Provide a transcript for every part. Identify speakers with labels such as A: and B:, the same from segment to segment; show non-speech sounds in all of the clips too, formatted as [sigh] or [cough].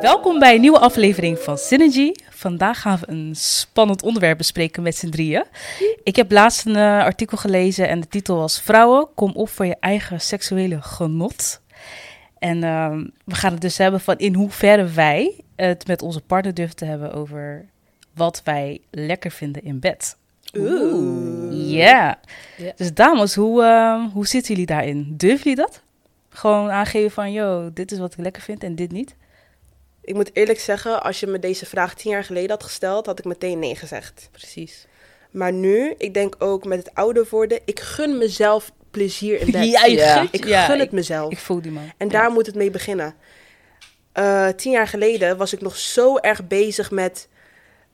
A: Welkom bij een nieuwe aflevering van Synergy. Vandaag gaan we een spannend onderwerp bespreken met z'n drieën. Ik heb laatst een eh, artikel gelezen en de titel was Vrouwen, kom op voor je eigen seksuele genot. En ehm, we gaan het dus hebben van in hoeverre wij het met onze partner durven te hebben over wat wij lekker vinden in bed.
B: Oeh.
A: Ja.
B: Ja.
A: Dus dames, hoe, ehm, hoe zitten jullie daarin? Durven jullie dat? Gewoon aangeven van, yo, dit is wat ik lekker vind en dit niet?
C: Ik moet eerlijk zeggen, als je me deze vraag tien jaar geleden had gesteld, had ik meteen nee gezegd.
B: Precies.
C: Maar nu, ik denk ook met het ouder worden, ik gun mezelf plezier in bed.
A: [laughs] Ja, je
B: Ja.
A: gunt-
C: Ik
A: ja,
C: gun
A: ik-
C: het mezelf.
A: Ik voel die man.
C: En daar moet het mee beginnen. Eh, tien jaar geleden was ik nog zo erg bezig met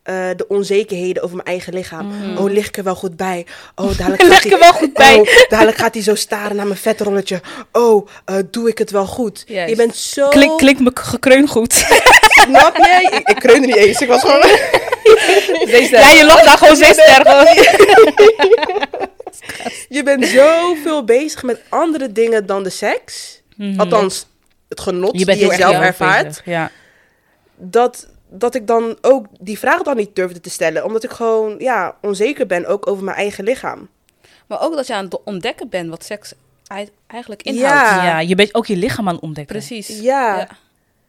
C: eh, de onzekerheden over mijn eigen lichaam. Oh, lig ik er wel goed bij?
A: [laughs]
C: Oh, dadelijk
A: Mm. Lig
C: gaat
A: ik
C: hij-
A: er wel goed bij?
C: Oh, dadelijk gaat hij zo staren naar mijn vetrolletje. Oh, eh, doe ik het wel goed?
B: Juist.
C: Je bent zo...
A: Klink, klinkt me k- gekreun goed.
C: Snap je? Ik, ik kreunde niet eens. Ik was gewoon...
B: Deze
A: ja, je lacht daar gewoon zes sterren.
C: [laughs] Je bent zoveel bezig met andere dingen dan de seks. Althans, het genot die Mhm. je zelf ervaart.
A: Ja.
C: Dat, dat ik dan ook die vraag dan niet durfde te stellen. Omdat ik gewoon ja, onzeker ben, ook over mijn eigen lichaam.
B: Maar ook dat je aan het ontdekken bent wat seks ei- eigenlijk
C: Ja.
B: inhoudt.
C: Ah.
A: ja, je bent ook je lichaam aan het ontdekken.
B: Precies.
C: Ja.
B: Ja.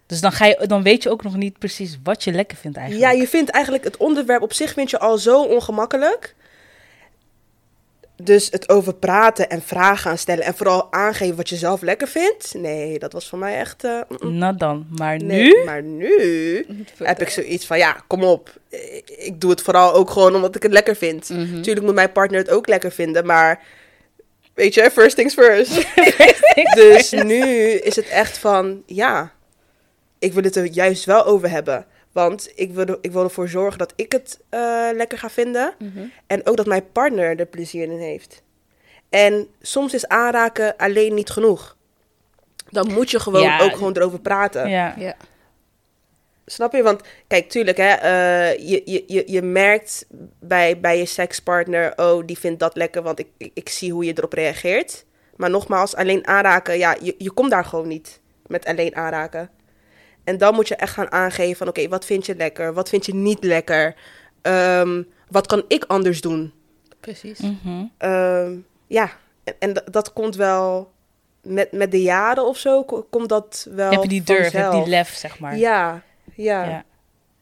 A: Dus dan, ga je, dan weet je ook nog niet precies wat je lekker vindt eigenlijk.
C: Ja, je vindt eigenlijk het onderwerp op zich vind je al zo ongemakkelijk. Dus het over praten en vragen aan stellen en vooral aangeven wat je zelf lekker vindt. Nee, dat was voor mij echt. eh, mm, mm.
A: Nou dan, maar
C: nee,
A: nu...
C: maar nu. heb ik zoiets van, ja, kom op. Ik- Ik doe het vooral ook gewoon omdat ik het lekker vind.
A: Mhm.
C: Tuurlijk moet mijn partner het ook lekker vinden, maar... Weet je, first things
A: [laughs]
C: first. [laughs] dus nu is het echt van, ja, ik wil het er juist wel over hebben. Want ik wil, er- ik wil ervoor zorgen dat ik het eh, lekker ga vinden.
A: Mhm.
C: En ook dat mijn partner er plezier in heeft. En soms is aanraken alleen niet genoeg. Dan moet je gewoon
A: Ja.
C: ook gewoon erover praten.
A: Ja.
B: Ja.
C: Snap je? Want kijk, tuurlijk, hè, eh, je, je, je, je merkt bij, bij je sekspartner, oh, die vindt dat lekker, want ik, ik, ik zie hoe je erop reageert. Maar nogmaals, alleen aanraken, ja, je, je komt daar gewoon niet met alleen aanraken. En dan moet je echt gaan aangeven van, oké, wat vind je lekker? Wat vind je niet lekker? Ehm, wat kan ik anders doen?
B: Precies.
A: Mhm.
C: Ehm, ja, en, en dat- dat komt wel met, met de jaren of zo, ko- komt dat wel
A: Heb je die durf, heb je
C: vanzelf.
A: die lef, zeg maar.
C: Ja, ja.
A: Ja.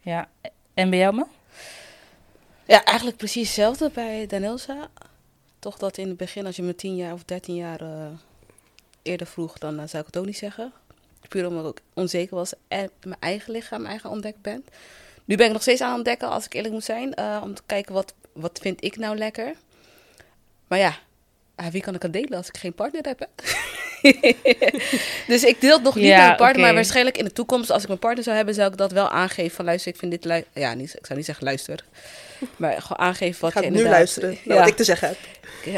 A: Ja. En bij jou, man?
B: Ja, eigenlijk precies hetzelfde bij Danielsa. Toch dat in het begin, als je me 10 jaar of 13 jaar eh, eerder vroeg, dan eh, zou ik het ook niet zeggen. Puur omdat ik ook onzeker was en mijn eigen lichaam, mijn eigen ontdekt ben. Nu ben ik nog steeds aan het ontdekken, als ik eerlijk moet zijn. eh, om te kijken, wat, wat vind ik nou lekker? Maar ja, aan wie kan ik het delen als ik geen partner heb? hè? [laughs] dus ik deel het nog niet
A: Ja,
B: aan mijn partner.
A: oké.
B: Maar waarschijnlijk in de toekomst, als ik mijn partner zou hebben, zou ik dat wel aangeven. Van luister, ik vind dit... lui- Ja, niet, ik zou niet zeggen luister. Maar gewoon aangeven wat
C: Ga
B: je
C: nu
B: inderdaad-
C: luisteren naar
B: Ja. eh,
C: wat ik te zeggen heb.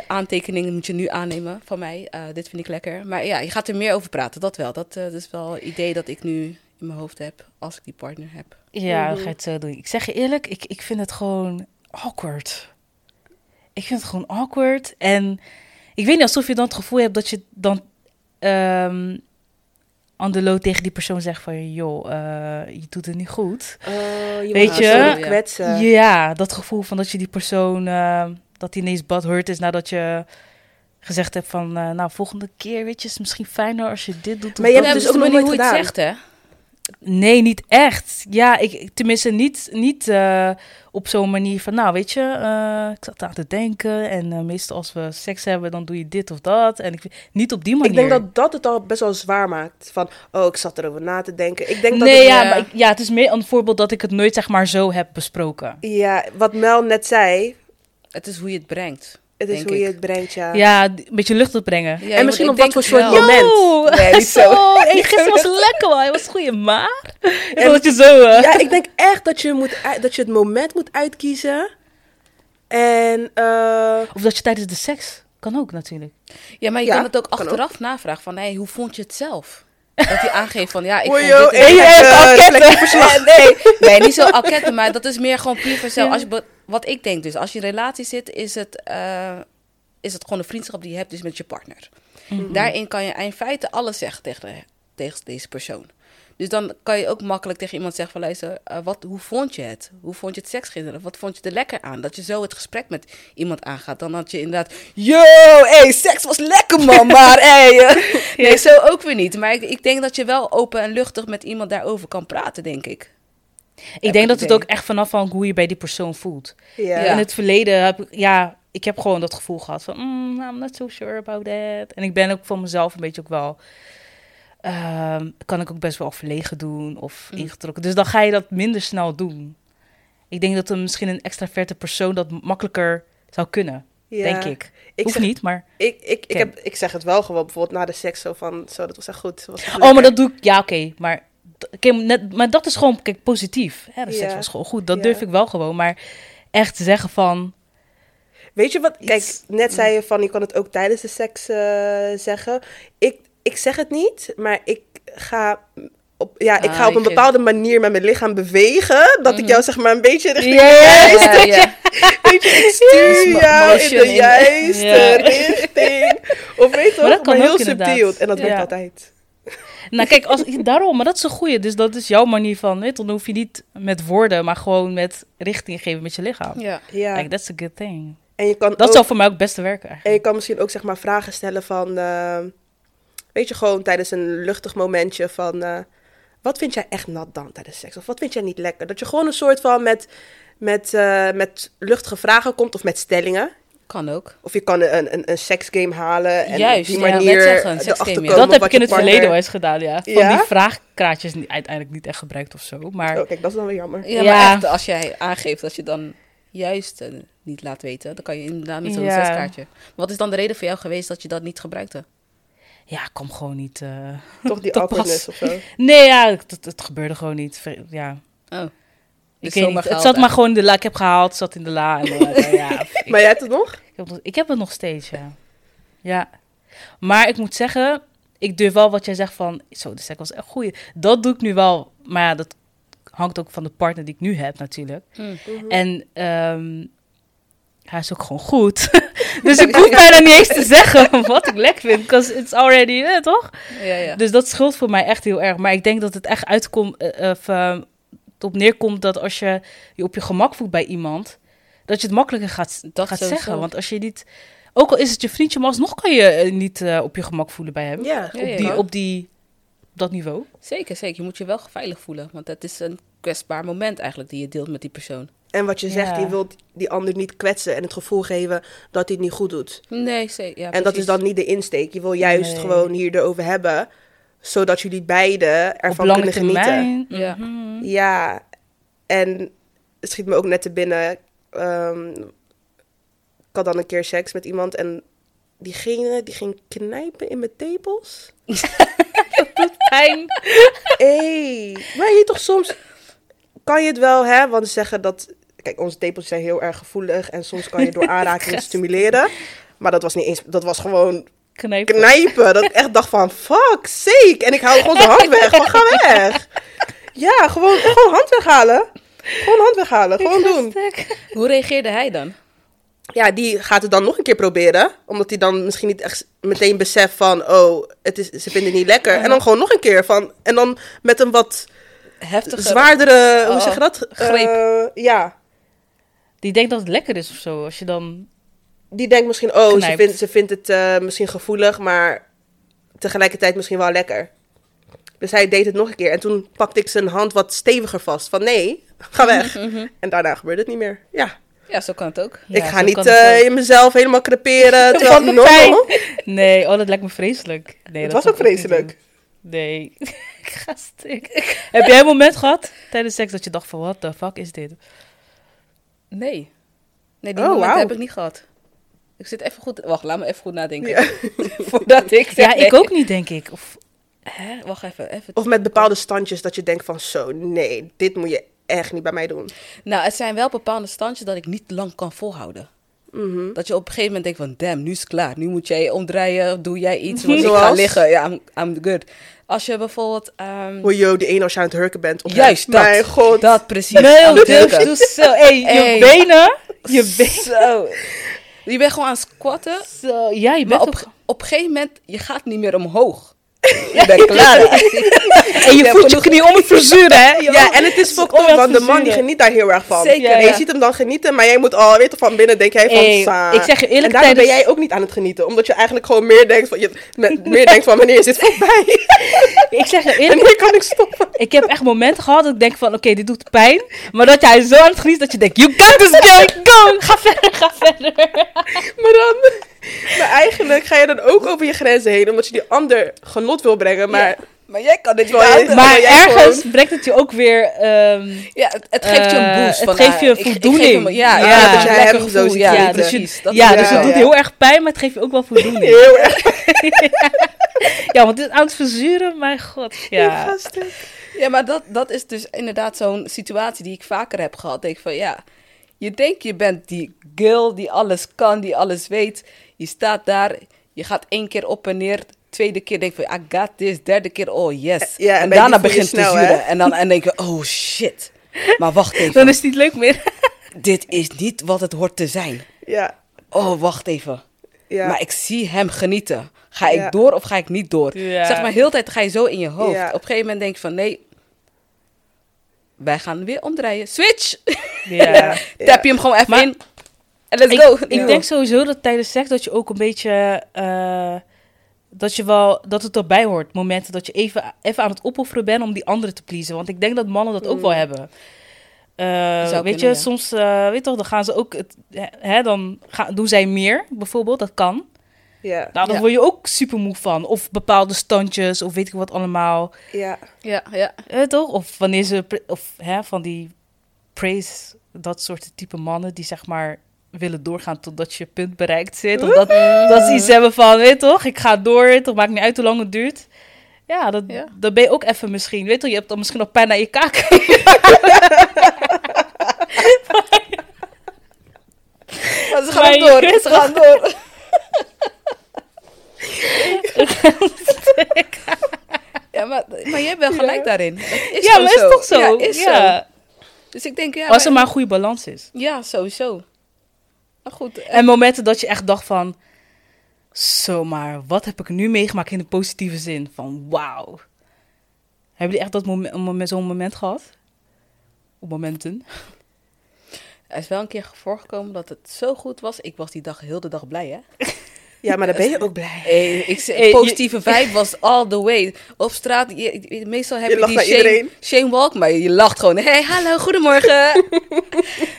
B: aantekeningen moet je nu aannemen van mij. Eh, dit vind ik lekker. Maar ja, je gaat er meer over praten, dat wel. Dat, eh, dat is wel het idee dat ik nu in mijn hoofd heb als ik die partner heb.
A: Ja,
C: Mhm.
A: dan ga je het zo doen. Ik zeg je eerlijk, ik, ik vind het gewoon awkward. Ik vind het gewoon awkward. En ik weet niet alsof je dan het gevoel hebt dat je dan ehm on the low tegen die persoon zegt van... joh, eh, je doet het niet goed.
C: Oh,
A: Weet
C: moet
A: je?
C: persoonlijk kwetsen.
A: Ja, dat gevoel van dat je die persoon... eh, dat die ineens butthurt is nadat je gezegd hebt van... eh, nou, volgende keer, weet je, is het misschien fijner als je dit doet. of
C: Maar je
A: dat
C: hebt
B: Ja,
C: dus
B: dat is
C: ook nog
B: de manier hoe
C: nooit
B: je het zegt, hè?
A: Nee, niet echt. Ja, ik- ik, tenminste niet, niet eh, op zo'n manier van, nou weet je, eh, ik zat aan te denken en eh, meestal als we seks hebben, dan doe je dit of dat. En ik, niet op die manier.
C: Ik denk dat dat het al best wel zwaar maakt. Van, oh, ik zat erover na te denken. Ik denk dat
A: nee,
C: het-
A: ja,
B: ja.
A: maar ik- ja, het is meer een voorbeeld dat ik het nooit zeg maar zo heb besproken.
C: ja, wat Mel net zei,
B: Het is hoe je het brengt.
C: het is
B: denk
C: hoe
B: ik.
C: je het brengt, ja.
A: Ja, d- een beetje lucht opbrengen.
B: Ja,
A: Ja.
B: je moet-
C: misschien
B: ik
C: op wat
B: denk
C: voor
B: het
C: soort
B: wel.
C: moment.
A: [laughs]
C: Nee, niet zo. [laughs]
A: gisteren was lekker wel. Hij was goed, maar...
C: En-
A: Dat je zo... eh,
C: Ja, ik denk echt dat je, moet, uit- dat je het moment moet uitkiezen. En, eh,
A: Of dat je tijdens de seks... Kan ook natuurlijk.
B: Ja, maar je
C: Ja,
B: kan het ook
C: kan ook.
B: achteraf navragen van, hey, hoe vond je het zelf? Dat hij aangeeft van, ja, ik
C: Oei,
B: vond
C: joh,
B: dit... en-
C: hey,
A: [laughs]
C: eh, reflectieverslag.
B: [laughs] Nee, niet zo enquête, maar dat is meer gewoon puur vanzelf. Als je, be- wat ik denk dus, als je in een relatie zit, is het, eh, is het gewoon een vriendschap die je hebt dus met je partner. Daarin kan je in feite alles zeggen tegen, de- tegen deze persoon. Dus dan kan je ook makkelijk tegen iemand zeggen van luister, eh, wat, hoe vond je het? Hoe vond je het seksginderen? Wat vond je er lekker aan? Dat je zo het gesprek met iemand aangaat. Dan had je inderdaad, yo, hey, seks was lekker man, maar hey. eh." Nee, zo ook weer niet. Maar ik, ik denk dat je wel open en luchtig met iemand daarover kan praten, denk ik.
A: Ik
B: ik
A: denk dat het
B: idee.
A: ook echt vanaf hangt hoe je bij die persoon voelt.
C: Ja.
A: In het verleden heb ik, ja, ik heb gewoon dat gevoel gehad van, mm, I'm not so sure about that. En ik ben ook van mezelf een beetje ook wel, ehm, kan ik ook best wel verlegen doen of
B: Mm.
A: ingetrokken. Dus dan ga je dat minder snel doen. Ik denk dat een, misschien een extraverte persoon dat makkelijker zou kunnen,
C: Ja.
A: denk ik.
C: Ik
A: Hoeft
C: zeg,
A: niet, maar...
C: Ik, ik, ik,
A: Ken.
C: heb, ik zeg het wel gewoon bijvoorbeeld na de seks zo van, zo, dat was echt goed. dat was echt
A: Oh, maar
C: lekker.
A: dat doe ik, ja, oké, maar... d- Kijk, net, maar dat is gewoon kijk, positief. Hè, de seks
C: Ja.
A: was gewoon goed. Dat
C: Ja.
A: durf ik wel gewoon. Maar echt zeggen van...
C: [laughs] Weet je wat? Kijk,
A: Iets- Mm.
C: net zei je van je kan het ook tijdens de seks eh, zeggen. Ik, ik zeg het niet, maar ik ga op, ja, ik
B: Ah,
C: ga op
B: je
C: een
B: geeft-
C: bepaalde manier met mijn lichaam bewegen. Dat
A: Mm.
C: ik jou zeg maar een
A: [laughs]
C: beetje richting
A: Ja,
B: Ja, ja.
C: stuur.
B: mo-
C: jou in
B: motion
C: de
B: in.
C: juiste
A: Ja.
C: richting. Of weet je
A: Maar dat
C: wel,
A: kan
C: maar heel
A: ook inderdaad.
C: subtiel. En dat
A: Ja.
C: werkt altijd.
A: Nou, kijk, als, daarom, maar dat is een goeie. Dus dat is jouw manier van, weet, je, dan hoef je niet met woorden, maar gewoon met richting geven met je lichaam.
B: ja.
C: Ja.
A: Like, that's a good thing.
C: En je kan
A: Dat
C: ook,
A: zou voor mij ook het beste werken
C: en
A: eigenlijk.
C: je kan misschien ook zeg maar vragen stellen van, eh, weet je, gewoon tijdens een luchtig momentje van, eh, wat vind jij echt nat dan tijdens seks? Of wat vind jij niet lekker? Dat je gewoon een soort van met, met, eh, met luchtige vragen komt of met stellingen.
B: Kan ook.
C: Of je kan een, een, een seksgame halen en
B: Juist,
C: op die
B: ja, net
C: manier
B: zeggen, een
C: erachter
B: seksgame, ja.
C: komen
A: dat heb
C: wat
A: ik in
C: je
A: het verleden wel
C: partner-
A: eens gedaan, ja. Van
C: Ja?
A: die vraagkraatjes niet, uiteindelijk niet echt gebruikt of zo. Maar
C: Oh, kijk, dat is dan weer jammer.
B: Ja,
A: Ja.
B: maar echt, als jij aangeeft dat je dan juist eh, niet laat weten, dan kan je inderdaad met zo'n
A: Ja.
B: zeskaartje. Wat is dan de reden voor jou geweest dat je dat niet gebruikte?
A: ja, ik kwam gewoon niet... eh,
C: Toch
A: [laughs]
C: die
A: Dat was-
C: awkwardness of zo.
A: Nee, ja, het, het gebeurde gewoon niet. Ver- Ja,
B: Oh.
A: ik weet niet. Het zat maar gewoon in de la. Ik heb gehaald, het zat in de la. En, dan, eh, ja, ik-
C: Maar jij hebt het nog?
A: Ik heb, nog- ik heb het nog steeds, ja. Ja. Maar ik moet zeggen, ik durf wel wat jij zegt van... Zo, de seks was echt goed. Dat doe ik nu wel. Maar ja, dat hangt ook van de partner die ik nu heb natuurlijk. En ehm, hij is ook gewoon goed. [laughs] dus ik hoef bijna niet eens te zeggen [laughs] wat ik lekker vind. Because it's already, eh, toch?
B: Ja, ja.
A: Dus dat scheelt voor mij echt heel erg. Maar ik denk dat het echt uitkomt... eh, of, eh, op neerkomt dat als je je op je gemak voelt bij iemand... dat je het makkelijker gaat,
B: Dat
A: gaat
B: sowieso.
A: zeggen. Want als je niet... Ook al is het je vriendje, maar alsnog kan je eh, niet eh, op je gemak voelen bij hem.
C: Ja.
B: Ja, ja,
A: op, die,
B: ja.
A: op die, op dat niveau.
B: Zeker, zeker. Je moet je wel veilig voelen, want dat is een kwetsbaar moment eigenlijk die je deelt met die persoon.
C: En wat je
A: Ja.
C: zegt, je wilt die ander niet kwetsen en het gevoel geven dat hij het niet goed doet.
B: Nee, zeker. Ja,
C: en dat is
B: precies.
C: dan niet de insteek. Je wil juist
A: Nee.
C: gewoon hier erover hebben, zodat jullie beiden ervan
A: op lange
C: kunnen genieten.
A: termijn.
B: Ja.
A: mhm.
C: Ja, en het schiet me ook net te binnen. ehm, ik had dan een keer seks met iemand en die ging, die ging knijpen in mijn tepels.
A: [laughs] Fijn.
C: Hé, maar je toch soms kan je het wel, hè? Want ze zeggen dat. Kijk, onze tepels zijn heel erg gevoelig en soms kan
A: [laughs]
C: je door aanraking stimuleren. Maar dat was niet eens, dat was gewoon
A: Knijpen.
C: knijpen. Dat ik echt dacht van, fuck, zeker. En ik hou gewoon de hand weg, van ga weg. Ja, gewoon, gewoon hand weghalen. Gewoon hand weghalen, gewoon doen.
B: Hoe reageerde hij dan?
C: Ja, die gaat het dan nog een keer proberen. Omdat hij dan misschien niet echt meteen beseft van, oh, het is, ze vinden het niet lekker. En dan gewoon nog een keer van, en dan met een wat
B: Heftig.
C: zwaardere, hoe
B: Oh,
C: zeg je dat?
B: greep.
C: Eh, ja.
A: Die denkt dat het lekker is of zo. Als je dan...
C: Die denkt misschien, oh, ze
A: Knijpt.
C: vindt, ze vindt het eh, misschien gevoelig, maar tegelijkertijd misschien wel lekker. Dus hij deed het nog een keer. En toen pakte ik zijn hand wat steviger vast. Van nee, ga
A: Mhm,
C: weg. En daarna gebeurde het niet meer. Ja,
B: Ja, zo kan het ook.
A: Ja,
C: ik ga
A: zo
C: niet
A: kan het
C: eh,
A: ook.
C: in mezelf helemaal creperen. Terwijl
A: [laughs] Van de
C: no,
A: pijn.
C: no.
A: Nee, oh, dat lijkt me vreselijk. Nee,
C: Het
A: dat zou
C: was ook
A: ik niet
C: vreselijk.
A: doen. Nee, [laughs] ik ga stuk. Heb jij een moment gehad tijdens seks dat je dacht van, what the fuck is dit?
B: Nee. Nee, die
C: Oh,
B: momenten
C: wauw.
B: heb ik niet gehad. Ik zit even goed... Wacht, laat me even goed nadenken.
C: Ja.
B: [laughs]
C: [laughs]
B: Voordat ik zeg
A: [laughs] Ja, ik
B: nee.
A: ook niet, denk ik. Of,
B: Hè? Wacht even, even.
C: Of met bepaalde standjes dat je denkt van zo, nee, dit moet je echt niet bij mij doen.
B: Nou, het zijn wel bepaalde standjes dat ik niet lang kan volhouden.
C: Mhm.
A: Mm.
B: Dat je op een gegeven moment denkt van, damn, nu is het klaar. Nu moet jij omdraaien, doe jij iets, want ik ga
C: Zoals?
B: liggen. Ja, I'm, I'm good. Als je bijvoorbeeld... ehm,
C: Hoe joh, die ene als je aan het hurken bent. Op
B: juist dat.
C: Mijn god. [laughs]
B: Dat precies.
A: nee,
B: Aan
A: dus
B: het
A: doe
B: drukken.
A: zo. Hey,
B: [laughs] Hey.
A: je benen. [laughs] Je benen.
B: Zo. Je bent gewoon aan het squatten.
A: Zo. Ja, je
B: Maar
A: bent
B: op,
A: ook...
B: op een gegeven moment, je gaat niet meer omhoog.
C: Je bent klaar.
A: En je voelt je knie om het verzuren, hè?
C: Ja, en het is fucked up, want de man die geniet daar heel erg van.
B: Zeker,
C: En
B: ja.
C: je ziet hem dan genieten, maar jij moet al, weet je, van binnen denk jij van,
A: Hey,
C: sa.
A: ik zeg je eerlijk,
C: En daardoor
A: tijdens-
C: ben jij ook niet aan het genieten, omdat je eigenlijk gewoon meer denkt van, je, me- meer denkt van wanneer is dit voorbij?
A: Ik zeg je eerlijk,
C: Wanneer kan ik stoppen?
A: ik heb echt momenten gehad dat ik denk van, oké, dit doet pijn. Maar dat jij zo aan het genieten is dat je denkt, you got this girl, [laughs] go! Ga verder, ga verder.
C: Maar dan, maar eigenlijk ga je dan ook over je grenzen heen, omdat je die ander genot wil brengen, maar...
B: Ja. Maar jij kan dit
C: Terwijl je-
B: wel.
A: Maar
C: jij
A: ergens brengt het je ook weer... ehm,
B: Ja, het, het geeft je
A: Eh,
B: een boost.
A: het
B: van,
A: geeft
B: ah,
A: je
B: ik- ik geef
A: voldoening.
B: hem- ja,
A: Ja,
B: ja,
A: dat
B: een
A: jij
B: lekker
C: hem zo
B: gevoel,
C: ziet
B: ja,
C: genieten.
A: dus je-
B: precies, dat
A: ja,
B: is
A: dus
B: wel,
A: het doet
C: ja.
A: heel erg pijn, maar het geeft je ook wel voldoening. [laughs]
C: Heel erg
A: Ja, want dit aan het verzuren, mijn god. Ja.
C: gasten.
B: Ja, maar dat, dat is dus inderdaad zo'n situatie die ik vaker heb gehad. Denk van ja, je denkt je bent die girl die alles kan, die alles weet. Je staat daar, je gaat één keer op en neer. Tweede keer denk van I got this. Derde keer oh yes.
C: Ja, en
B: en
C: bij die
B: daarna
C: voel je
B: begint het te
C: snel, hè?
B: zuren. En dan en denk je oh shit. Maar
C: [laughs]
B: wacht even,
A: Dan is het niet leuk meer.
B: dit is niet wat het hoort te zijn.
C: Ja,
B: Oh wacht even.
C: ja.
B: Maar ik zie hem genieten. Ga
C: Ja.
B: ik door of ga ik niet door?
A: Ja.
B: Zeg maar, heel de tijd ga je zo in je hoofd.
C: Ja.
B: Op een gegeven moment denk je van, nee, wij gaan weer omdraaien. Switch!
A: [laughs] Ja.
B: Tap je hem gewoon even
A: Maar-
B: in. En let's
A: ik,
B: go.
A: ik denk sowieso dat tijdens seks dat je ook een beetje. eh, dat, je wel, dat het erbij hoort. Momenten dat je even, even aan het opofferen bent om die anderen te pleasen. Want ik denk dat mannen dat ook wel hebben. Eh,
B: Mm.
A: weet
B: Zou kunnen,
A: je,
B: ja.
A: soms, eh, weet toch, dan gaan ze ook, het, hè, dan gaan, doen zij meer, bijvoorbeeld, dat kan.
C: ja,
A: Nou, dan
B: Ja.
A: word je ook super moe van. Of bepaalde standjes, of weet ik wat allemaal.
C: ja.
B: Ja, ja.
A: Eh, toch? Of wanneer ze, pre- of hè, van die praise, dat soort type mannen die zeg maar willen doorgaan totdat je punt bereikt zit. Of dat, dat ze iets hebben van, weet toch, ik ga door, het maakt niet uit hoe lang het duurt. Ja, dat,
B: Ja.
A: dat ben je ook even misschien, weet toch, je hebt dan misschien nog pijn aan je kaak.
B: Maar ze
A: Maar
B: gaan
A: je
B: door,
A: kunt
B: ze
A: [laughs]
B: gaan door. Ja, maar, maar jij bent gelijk daarin. Dat
A: [laughs]
B: Is
A: ja,
B: gewoon
A: maar is toch zo?
B: Ja, is
A: Ja.
B: zo. Dus ik denk, ja...
A: Als er
B: maar-
A: maar een goede balans is.
B: Ja, sowieso. Maar goed, eh,
A: En momenten dat je echt dacht van, zomaar, wat heb ik nu meegemaakt in de positieve zin? Van, wauw. Hebben jullie echt dat moment, moment- zo'n moment gehad? Op momenten?
B: Er is wel een keer voorgekomen dat het zo goed was. Ik was die dag heel de dag blij, hè?
C: Ja, maar dan ben je ook blij.
B: Hey, [laughs] ik, zei,
A: Hey, je-
B: positieve vibe was all the way. Op straat, je- je- meestal heb
C: Je
B: je,
C: lacht
B: die
C: naar
B: Shane,
C: iedereen.
B: Shane Walk, maar je lacht gewoon. Hey, hallo,
A: [laughs]
B: goedemorgen.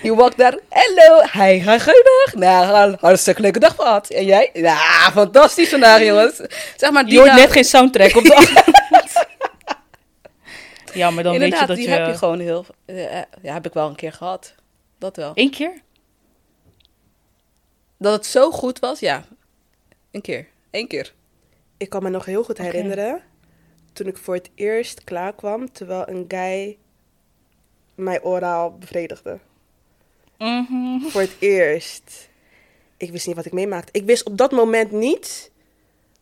B: je walkt daar, hallo, hey, goeiedag. Nou, ha- hartstikke leuke dag gehad. En jij? Ja, fantastisch vandaag, jongens. Zeg maar, die
A: Je hoort
B: dag-
A: net geen soundtrack op
B: [laughs]
A: de achtergrond. ja, maar dan
B: inderdaad,
A: weet je
B: die
A: dat je...
B: heb je gewoon heel... eh, ja, heb ik wel een keer gehad. Dat wel.
A: Eén keer?
B: Dat het zo goed was, ja. Een keer. Eén keer.
C: Ik kan me nog heel goed herinneren toen ik voor het eerst klaar kwam, terwijl een guy mij oraal bevredigde.
A: Mhm.
C: Voor het eerst. Ik wist niet wat ik meemaakte. Ik wist op dat moment niet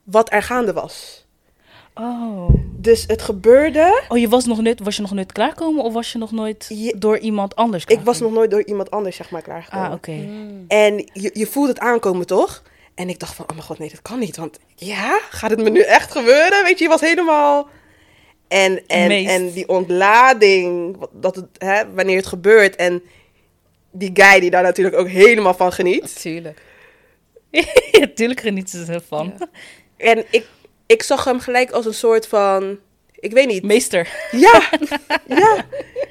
C: wat er gaande was.
A: Oh.
C: Dus het gebeurde.
A: Oh, je was, nog nooit, was je nog nooit klaarkomen of was je nog nooit
C: Je-
A: door iemand anders
C: Ik was
A: klaarkomen?
C: nog nooit door iemand anders, zeg maar, klaargekomen.
A: Ah, oké.
B: Mhm.
C: En je, je voelt het aankomen, toch? En ik dacht van, oh mijn god, nee, dat kan niet. Want ja, gaat het me nu echt gebeuren? Weet je, je was helemaal... En, en,
A: Amazed.
C: en die ontlading, wat- dat het, hè, wanneer het gebeurt. En die guy die daar natuurlijk ook helemaal van geniet.
B: Tuurlijk.
A: [laughs] ja, tuurlijk genieten ze ervan.
C: En ik, ik zag hem gelijk als een soort van... Ik weet niet.
A: Meester.
C: Ja, ja.
A: Ja.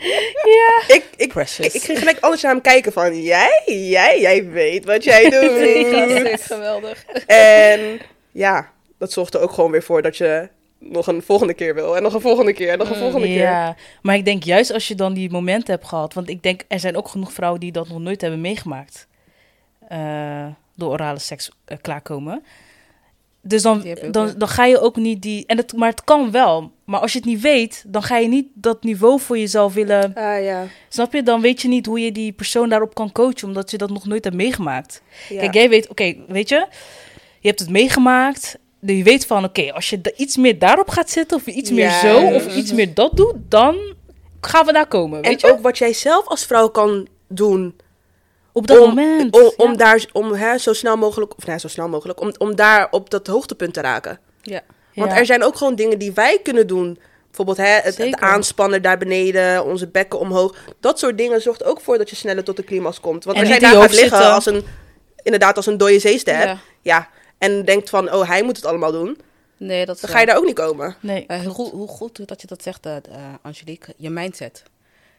C: Ik, ik,
B: Precious.
C: ik, ik ging gelijk anders naar hem kijken van... Jij, jij, jij weet wat
A: [laughs]
C: jij doet.
B: geweldig.
C: En ja, dat zorgt er ook gewoon weer voor dat je nog een volgende keer wil. En nog een volgende keer. En nog een volgende keer.
A: Eh, Ja, maar ik denk juist als je dan die momenten hebt gehad, want ik denk er zijn ook genoeg vrouwen die dat nog nooit hebben meegemaakt. eh, door orale seks eh, klaarkomen. Dus dan,
B: Die heb ik ook, ja.
A: dan, dan ga je ook niet die. En het, maar het kan wel. Maar als je het niet weet, dan ga je niet dat niveau voor jezelf willen.
C: Ah ja.
A: Snap je? Dan weet je niet hoe je die persoon daarop kan coachen, omdat je dat nog nooit hebt meegemaakt.
C: ja.
A: Kijk, jij weet, oké, weet je, je hebt het meegemaakt. Dus je weet van, oké, als je da- iets meer daarop gaat zitten, of iets meer
C: Ja.
A: zo, of iets meer dat doet, dan gaan we daar komen. Weet
C: en
A: je?
C: ook wat jij zelf als vrouw kan doen.
A: Op dat
C: om,
A: moment.
C: Om, om
A: ja.
C: nou, daar om, hè, zo snel mogelijk, of nee, zo snel mogelijk, om, om daar op dat hoogtepunt te raken.
B: Ja.
C: Want
A: Ja.
C: er zijn ook gewoon dingen die wij kunnen doen. Bijvoorbeeld hè, het, het
B: Zeker.
C: aanspannen daar beneden, onze bekken omhoog. Dat soort dingen zorgt ook voor dat je sneller tot de climax komt. Want
A: En
C: als jij
A: niet
C: daar
A: in je
C: gaat
A: hoofd
C: liggen
A: zitten.
C: als een, inderdaad als een dode zeester. Ja.
B: Ja.
C: En denkt van, oh hij moet het allemaal doen.
B: Nee, dat is
C: Dan ga je daar ook niet komen.
A: Nee.
B: Eh, hoe, goed- hoe goed dat je dat zegt, eh, eh, Angelique. Je mindset.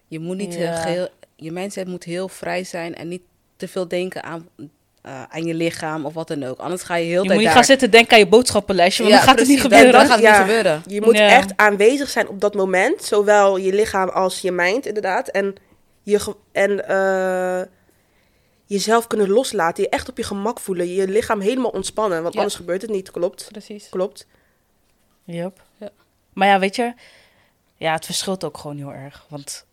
B: Je moet niet eh,
A: Ja.
B: geheel... Je mindset moet heel vrij zijn en niet te veel denken aan, eh, aan je lichaam of wat dan ook. Anders ga je heel
A: Je
B: tijd
A: moet niet
B: daar...
A: gaan zitten denken aan je boodschappenlijstje, want
B: Ja,
A: dan gaat
B: precies,
A: het niet
B: dan-
A: gebeuren.
B: dan gaat het
C: Ja.
B: niet gebeuren.
C: Je moet
A: Ja.
C: echt aanwezig zijn op dat moment. Zowel je lichaam als je mind, inderdaad. En, je ge- en eh, jezelf kunnen loslaten. Je echt op je gemak voelen. Je lichaam helemaal ontspannen. Want
B: Ja.
C: anders gebeurt het niet. Klopt.
B: Precies.
C: Klopt.
A: Yep.
B: Ja.
A: Maar ja, weet je, ja, het verschilt ook gewoon heel erg. Want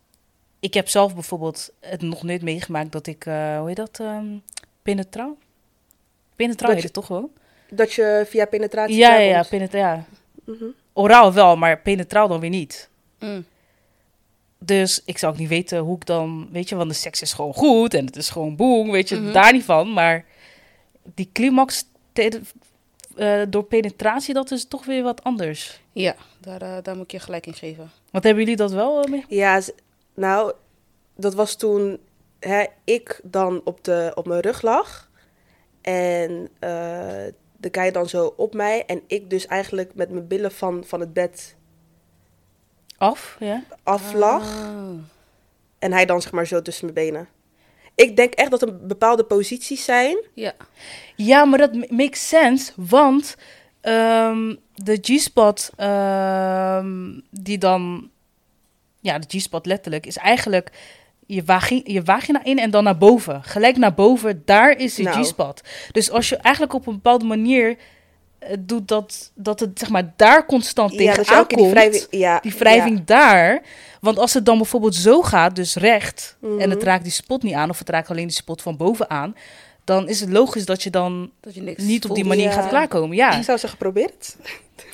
A: ik heb zelf bijvoorbeeld het nog nooit meegemaakt dat ik, eh, hoe heet dat, ehm penetrouw? Penetrouw
C: Dat
A: heet
C: je-
A: het toch gewoon?
C: Dat je via penetratie
A: Ja, ja,
C: klaarkomt.
A: ja, penetra- ja.
C: Mhm.
A: Oraal wel, maar penetraal dan weer niet.
B: Mm.
A: Dus ik zou ook niet weten hoe ik dan, weet je, want de seks is gewoon goed en het is gewoon boem, weet je, daar niet van. Maar die climax te- eh, door penetratie, dat is toch weer wat anders.
B: Ja, daar, eh, daar moet ik je gelijk in geven.
A: Want hebben jullie dat wel eh, mee?
C: Ja, z- nou, dat was toen hè, ik dan op, de, op mijn rug lag. En eh, de guy dan zo op mij. En ik dus eigenlijk met mijn billen van, van het bed
A: Af, ja.
C: af lag.
B: Ah.
C: En hij dan zeg maar zo tussen mijn benen. Ik denk echt dat er bepaalde posities zijn.
B: Ja.
A: Ja, maar dat ma- makes sense, want ehm, de G-spot ehm, die dan... Ja, de G-spot letterlijk is eigenlijk je, vagi je vagina in en dan naar boven. Gelijk naar boven, daar is die
C: Nou.
A: G-spot. Dus als je eigenlijk op een bepaalde manier eh, doet dat, dat het zeg maar daar constant
C: ja,
A: tegen
C: dat je elke
A: aankomt.
C: keer die wrijving... Ja,
A: die wrijving daar. Want als het dan bijvoorbeeld zo gaat, dus recht, en
C: Mhm.
A: het raakt die spot niet aan, of het raakt alleen die spot van bovenaan, dan is het logisch dat je dan
B: Dat je niks
A: niet op die
B: voelt.
A: manier
C: Ja.
A: gaat klaarkomen.
C: Ja.
A: Ja,
C: Ik zou zeggen, probeer het. [laughs]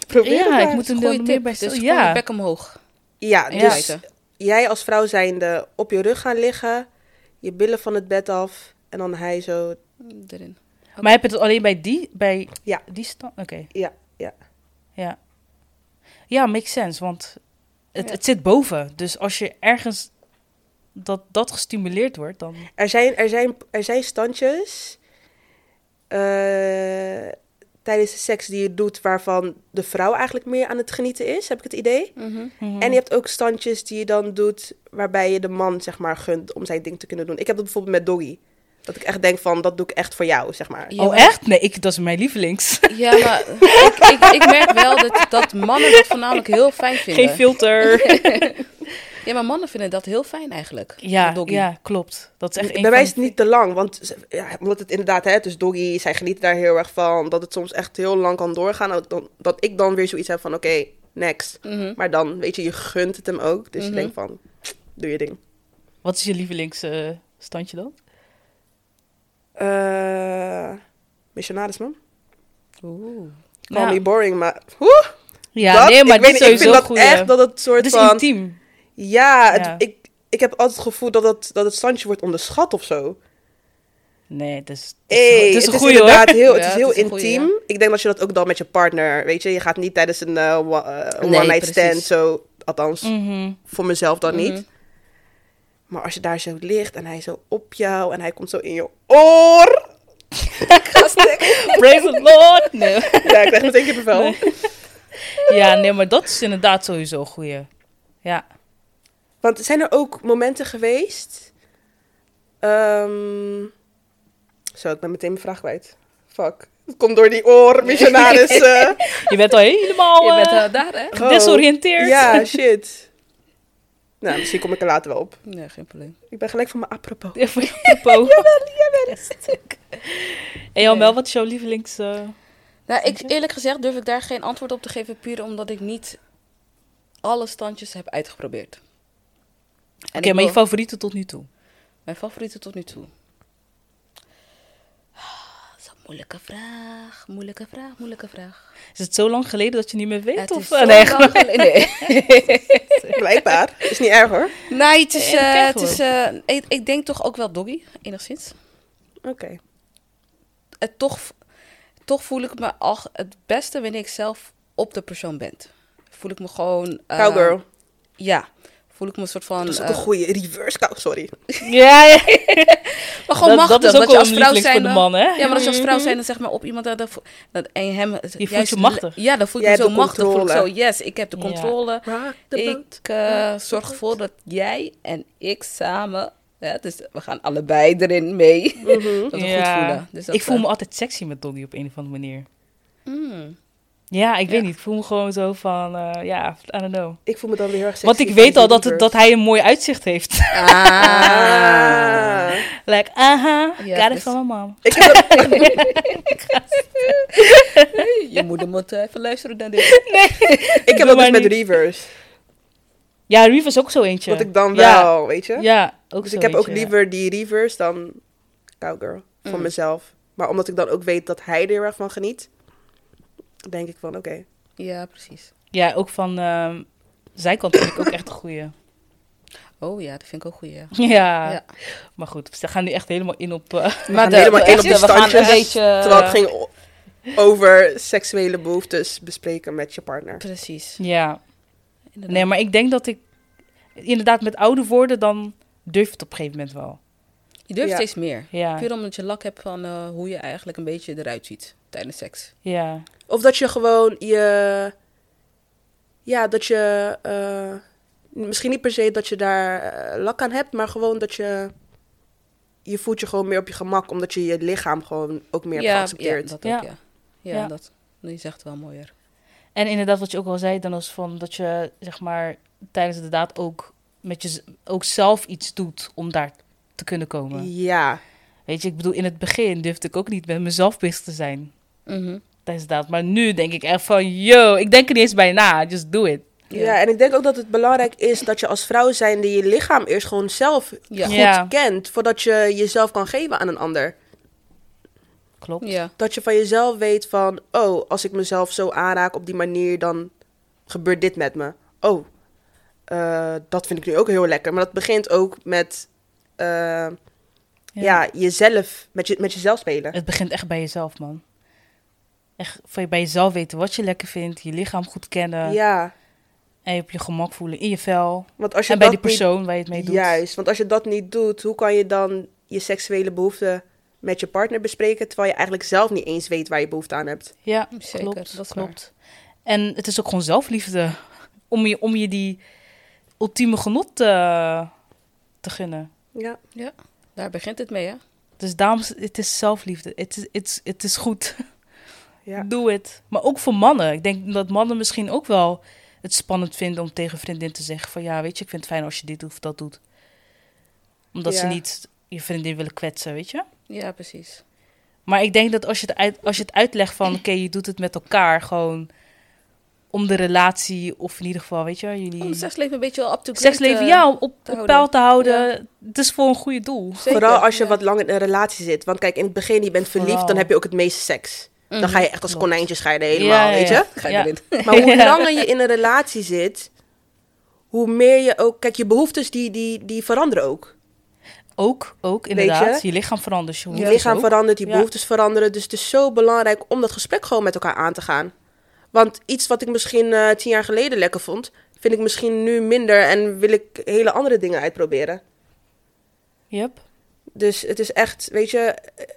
C: probeer het
A: ja
C: maar.
A: ik moet hem
B: Goeie
A: er
B: tip.
A: meer bij
B: Dus
A: stil-
B: gewoon je
A: Ja,
B: bek omhoog.
C: Ja,
A: Ja.
C: dus
B: Buiten.
C: jij als vrouw zijnde op je rug gaan liggen. Je billen van het bed af. En dan hij zo...
B: Mm-hmm. Erin.
A: maar heb je het alleen bij die, bij
C: Ja.
A: die stand? Oké,
C: Ja, ja.
A: ja. Ja, makes sense, want het,
B: Ja.
A: het zit boven. Dus als je ergens dat, dat gestimuleerd wordt, dan...
C: Er zijn, er zijn, er zijn standjes eh, tijdens de seks die je doet... waarvan de vrouw eigenlijk meer aan het genieten is, heb ik het idee.
B: Mhm.
A: Oh,
C: En je hebt ook standjes die je dan doet waarbij je de man zeg maar gunt om zijn ding te kunnen doen. Ik heb dat bijvoorbeeld met doggy. Dat ik echt denk van dat doe ik echt voor jou, zeg maar.
B: Ja,
A: Oh,
B: maar-
A: echt? Nee, ik, dat is mijn lievelings.
B: Ja, maar [laughs] ik, ik, ik merk wel dat, dat mannen dat voornamelijk heel fijn vinden.
A: Geen filter.
B: [laughs] Ja, maar mannen vinden dat heel fijn eigenlijk.
A: Ja,
B: dat doggy.
A: ja, klopt. Dat is echt een
C: Bij mij
A: van-
C: is het niet te lang, want ze- ja, omdat het inderdaad, hè, dus doggy, zij genieten daar heel erg van. Dat het soms echt heel lang kan doorgaan. Dat, dan- dat ik dan weer zoiets heb van oké, next.
B: Mhm.
C: Maar dan, weet je, je gunt het hem ook. Dus
B: Mhm.
C: je denkt van, doe je ding.
A: Wat is je lievelingsstandje standje dan?
C: Eh missionaris man.
B: Oeh.
C: Call me boring, maar...
A: ja,
C: dat-
A: nee, maar
C: ik,
A: dit
C: weet
A: is
C: niet, ik
A: sowieso
C: vind dat
A: goeie.
C: echt dat het soort
A: Het is
C: van...
A: intiem.
C: Ja, het-
A: Ja.
C: Ik, ik heb altijd het gevoel dat het, dat het standje wordt onderschat of zo.
A: Nee, het is, het is,
C: Hey,
A: het is een goeie hoor.
C: inderdaad heel, het
B: Ja,
C: is
B: het
C: heel
B: is een goeie,
C: intiem. Ik denk dat je dat ook dan met je partner, weet je, je gaat niet tijdens een eh, wa- eh,
B: Nee,
C: one-night
B: precies.
C: stand zo, althans
A: Mhm.
C: voor mezelf dan
B: Mhm.
C: niet. Maar als je daar zo ligt en hij zo op jou en hij komt zo in je oor. [laughs]
A: Praise the Lord! Nee.
C: ja, ik krijg meteen kippenvel.
A: Ja, nee, maar dat is inderdaad sowieso een goeie. Ja.
C: Want zijn er ook momenten geweest? Ehm, Zo, ik ben meteen mijn vraag kwijt. Fuck. Het komt door die oor, missionaris. eh.
A: Je bent al helemaal
B: Je bent
A: eh,
B: eh, daar, hè?
C: Oh.
A: gedesoriënteerd.
C: Ja, shit. nou, misschien kom ik er later wel op.
B: Nee, geen
A: [laughs]
B: probleem.
C: Ik ben gelijk van mijn apropos.
A: Even
B: [laughs]
A: apropos. En Jamel, wat is jouw lievelings... eh,
B: Nou, ik, eerlijk gezegd durf ik daar geen antwoord op te geven, puur omdat ik niet alle standjes heb uitgeprobeerd. En
A: Oké,
B: ik
A: maar je
B: wil-
A: favoriete tot nu toe?
B: Mijn favoriete tot nu toe? Ah, Dat is een moeilijke vraag, moeilijke vraag, moeilijke vraag.
A: Is het zo lang geleden dat je niet meer weet?
B: Het
A: of,
B: is
A: eh,
B: zo
A: nee,
B: lang geleden-
C: [laughs]
B: nee.
C: Blijkbaar. Is niet erg hoor.
B: Nee, het is...
A: Nee, dat
B: eh,
A: krijgen
B: het is eh, ik, ik denk toch ook wel doggy, enigszins.
C: Oké.
B: Het toch, toch voel ik me al het beste wanneer ik zelf op de persoon bent. Voel ik me gewoon... eh,
C: Cowgirl.
B: Ja. Voel ik me een soort van...
C: dat is ook
B: eh,
C: een goede reverse cow, sorry.
A: [laughs] Ja, ja.
B: maar gewoon
A: dat,
B: machtig.
A: dat is ook
B: je
A: wel
B: als
A: een
B: vrouw
A: lieveling voor de
B: zijn.
A: man, hè?
B: Ja, maar als je als vrouw zijn, dan zeg maar op iemand dat, dat, dat- en hem het
A: voelt
B: juist-
A: je machtig.
B: Ja, dan voel ik
C: Jij
B: me zo
C: hebt de
B: machtig. Voel ik zo,
C: controle.
B: yes, ik heb de
A: Ja.
B: controle.
C: De boot.
B: Ik eh, zorg ervoor dat jij en ik samen, ja, dus we gaan allebei erin mee,
C: Mhm.
B: dat we
A: Ja.
B: goed voelen. Dus dat,
A: ik voel
B: eh,
A: me altijd sexy met Donnie op een of andere manier.
B: mm.
A: Ja, ik weet niet. Ik voel me gewoon zo van, eh, ja, I don't know.
C: Ik voel me dan weer heel erg sexy.
A: Want ik
C: van
A: weet
C: die
A: al dat,
C: reverse.
A: dat hij een mooi uitzicht heeft. [laughs]
B: Ah.
C: Ah.
A: like, aha,
B: Ja,
A: got it
B: dus-
A: van mijn mom.
C: Ik heb ook-
B: Je moeder moet eh, even luisteren naar dit.
C: ik
A: [laughs]
C: heb
A: Doe
C: dat
A: maar
C: dus met
A: niet.
C: reverse.
A: Ja, Reeve is ook zo eentje.
C: Want ik dan
A: Ja.
C: wel, weet je?
A: Ja, ook
C: dus
A: zo
C: ik heb ook
A: eentje.
C: liever die reverse dan cowgirl. Voor
B: Mm.
C: mezelf. Maar omdat ik dan ook weet dat hij er heel erg van geniet. Denk ik van, oké.
B: Ja, precies.
A: Ja, ook van ehm, zijn kant vind ik ook echt een goeie. [laughs]
B: Oh ja, dat vind ik ook goed, ja.
A: Ja.
B: Ja.
A: Maar goed, ze gaan nu echt helemaal in op...
C: [laughs]
A: eh,
B: Maar
C: gaan helemaal in op de
B: we gaan een
C: standjes,
B: beetje...
C: Terwijl het ging o- over seksuele behoeftes bespreken met je partner.
B: Precies.
A: ja.
B: inderdaad.
A: [laughs] Nee, maar ik denk dat ik... Inderdaad, met oude woorden, dan durf je het op een gegeven moment wel.
B: Je durft
C: Ja.
B: steeds meer.
A: Ja,
B: Puur omdat je lak hebt van eh, hoe je eigenlijk een beetje eruit ziet tijdens seks.
A: ja.
C: Of dat je gewoon je. Ja, dat je. eh, misschien niet per se dat je daar eh, lak aan hebt, maar gewoon dat je. Je voelt je gewoon meer op je gemak, omdat je je lichaam gewoon ook meer hebt geaccepteerd.
B: Ja, dat
A: Ja.
B: ook, ja. Ja,
A: Ja.
B: dat. Je zegt het wel mooier.
A: En inderdaad, wat je ook al zei, dan is van dat je, zeg maar, tijdens de daad ook, met je, ook zelf iets doet om daar te kunnen komen.
C: Ja,
A: Weet je, ik bedoel, in het begin durfde ik ook niet met mezelf bezig te zijn
B: Mhm.
A: tijdens de daad. Maar nu denk ik echt van, yo, ik denk er niet eens bij na, just do it.
C: ja. en ik denk ook dat het belangrijk is dat je als vrouw zijnde je lichaam eerst gewoon zelf
B: Ja.
C: goed
A: Ja.
C: kent, voordat je jezelf kan geven aan een ander.
A: Klopt.
B: Ja.
C: Dat je van jezelf weet van, oh, als ik mezelf zo aanraak op die manier, dan gebeurt dit met me. Oh, eh, dat vind ik nu ook heel lekker. Maar dat begint ook met, eh, ja. jezelf, met, je, met jezelf spelen.
A: Het begint echt bij jezelf, man. Echt van je bij jezelf weten wat je lekker vindt, je lichaam goed kennen
C: ja,
A: en je op je gemak voelen in je vel.
C: want als je
A: En bij die
C: dat niet-
A: persoon waar je het mee doet.
C: Juist, want als je dat niet doet, hoe kan je dan je seksuele behoeften met je partner bespreken, terwijl je eigenlijk zelf niet eens weet waar je behoefte aan hebt?
A: Ja,
B: Zeker,
A: klopt.
B: dat is
A: klopt. En het is ook gewoon zelfliefde. Om je, om je die ultieme genot eh, te gunnen.
C: Ja.
B: Daar begint het mee, hè?
A: Dus dames, het is zelfliefde. Het is, het is, het is goed.
C: Ja.
A: [laughs] Doe het. Maar ook voor mannen. Ik denk dat mannen misschien ook wel het spannend vinden om tegen een vriendin te zeggen van... Ja, weet je, ik vind het fijn als je dit doet of dat doet. Omdat ze
C: Ja.
A: niet je vriendin willen kwetsen, weet je?
B: Ja, precies.
A: Maar ik denk dat als je het, uit, als je het uitlegt van, oké, je doet het met elkaar, gewoon om de relatie, of in ieder geval, weet je, jullie...
B: Om het seksleven een beetje up to date,
A: seksleven,
B: eh,
A: ja, op, op
B: te houden.
A: peil te houden. Het is voor een goede doel.
B: zeker.
C: Vooral als je
B: Ja.
C: wat lang in een relatie zit. Want kijk, in het begin, je bent verliefd,
A: Vooral. Mhm.
C: dan heb je ook het meeste seks. Dan ga je echt als
A: Klopt.
C: konijntje scheiden helemaal,
A: Ja, ja,
C: weet
A: ja.
C: je?
B: Ga je
A: Ja.
B: [laughs] erin.
C: Maar
A: [laughs]
C: hoe
A: Ja.
C: langer je in een relatie zit, hoe meer je ook... Kijk, je behoeftes, die, die, die veranderen ook.
A: Ook, ook,
C: je?
A: inderdaad. Je? lichaam verandert, je
C: Je
A: hoeft
C: lichaam
A: ook.
C: verandert, je
A: Ja.
C: behoeftes veranderen. Dus het is zo belangrijk om dat gesprek gewoon met elkaar aan te gaan. Want iets wat ik misschien eh, tien jaar geleden lekker vond... vind ik misschien nu minder en wil ik hele andere dingen uitproberen.
A: Yep.
C: Dus het is echt, weet je,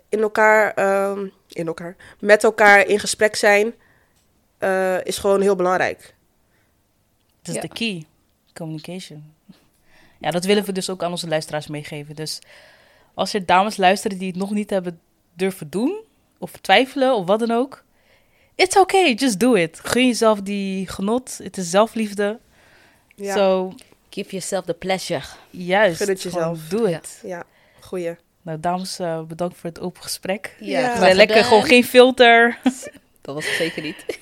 C: in elkaar, ehm, in elkaar, met elkaar in gesprek zijn eh, is gewoon heel belangrijk.
A: Dat is
B: Ja.
A: de key. Communication. Ja, dat willen we dus ook aan onze luisteraars meegeven. Dus als er dames luisteren die het nog niet hebben durven doen, of twijfelen, of wat dan ook. It's okay, just do it. Gun jezelf die genot. Het is zelfliefde. Zo,
C: Ja,
B: Give yourself the pleasure.
A: juist.
C: Gun het
A: gewoon
C: jezelf.
A: Doe het.
C: ja goeie.
A: Nou, dames, eh, bedankt voor het open gesprek.
C: Ja.
B: graag
A: We zijn lekker,
B: gedaan.
A: gewoon geen filter.
B: Dat was het zeker niet.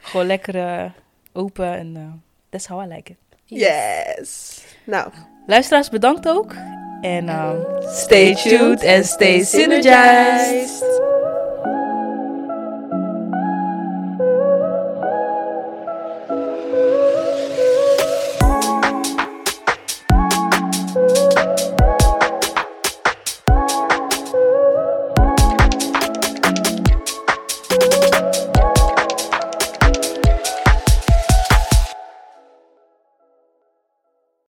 A: gewoon lekker eh, open en eh that's how I like it.
C: Yes! Nou,
A: ehm, Luisteraars, bedankt ook. En eh, stay tuned en stay synergized.
C: energized.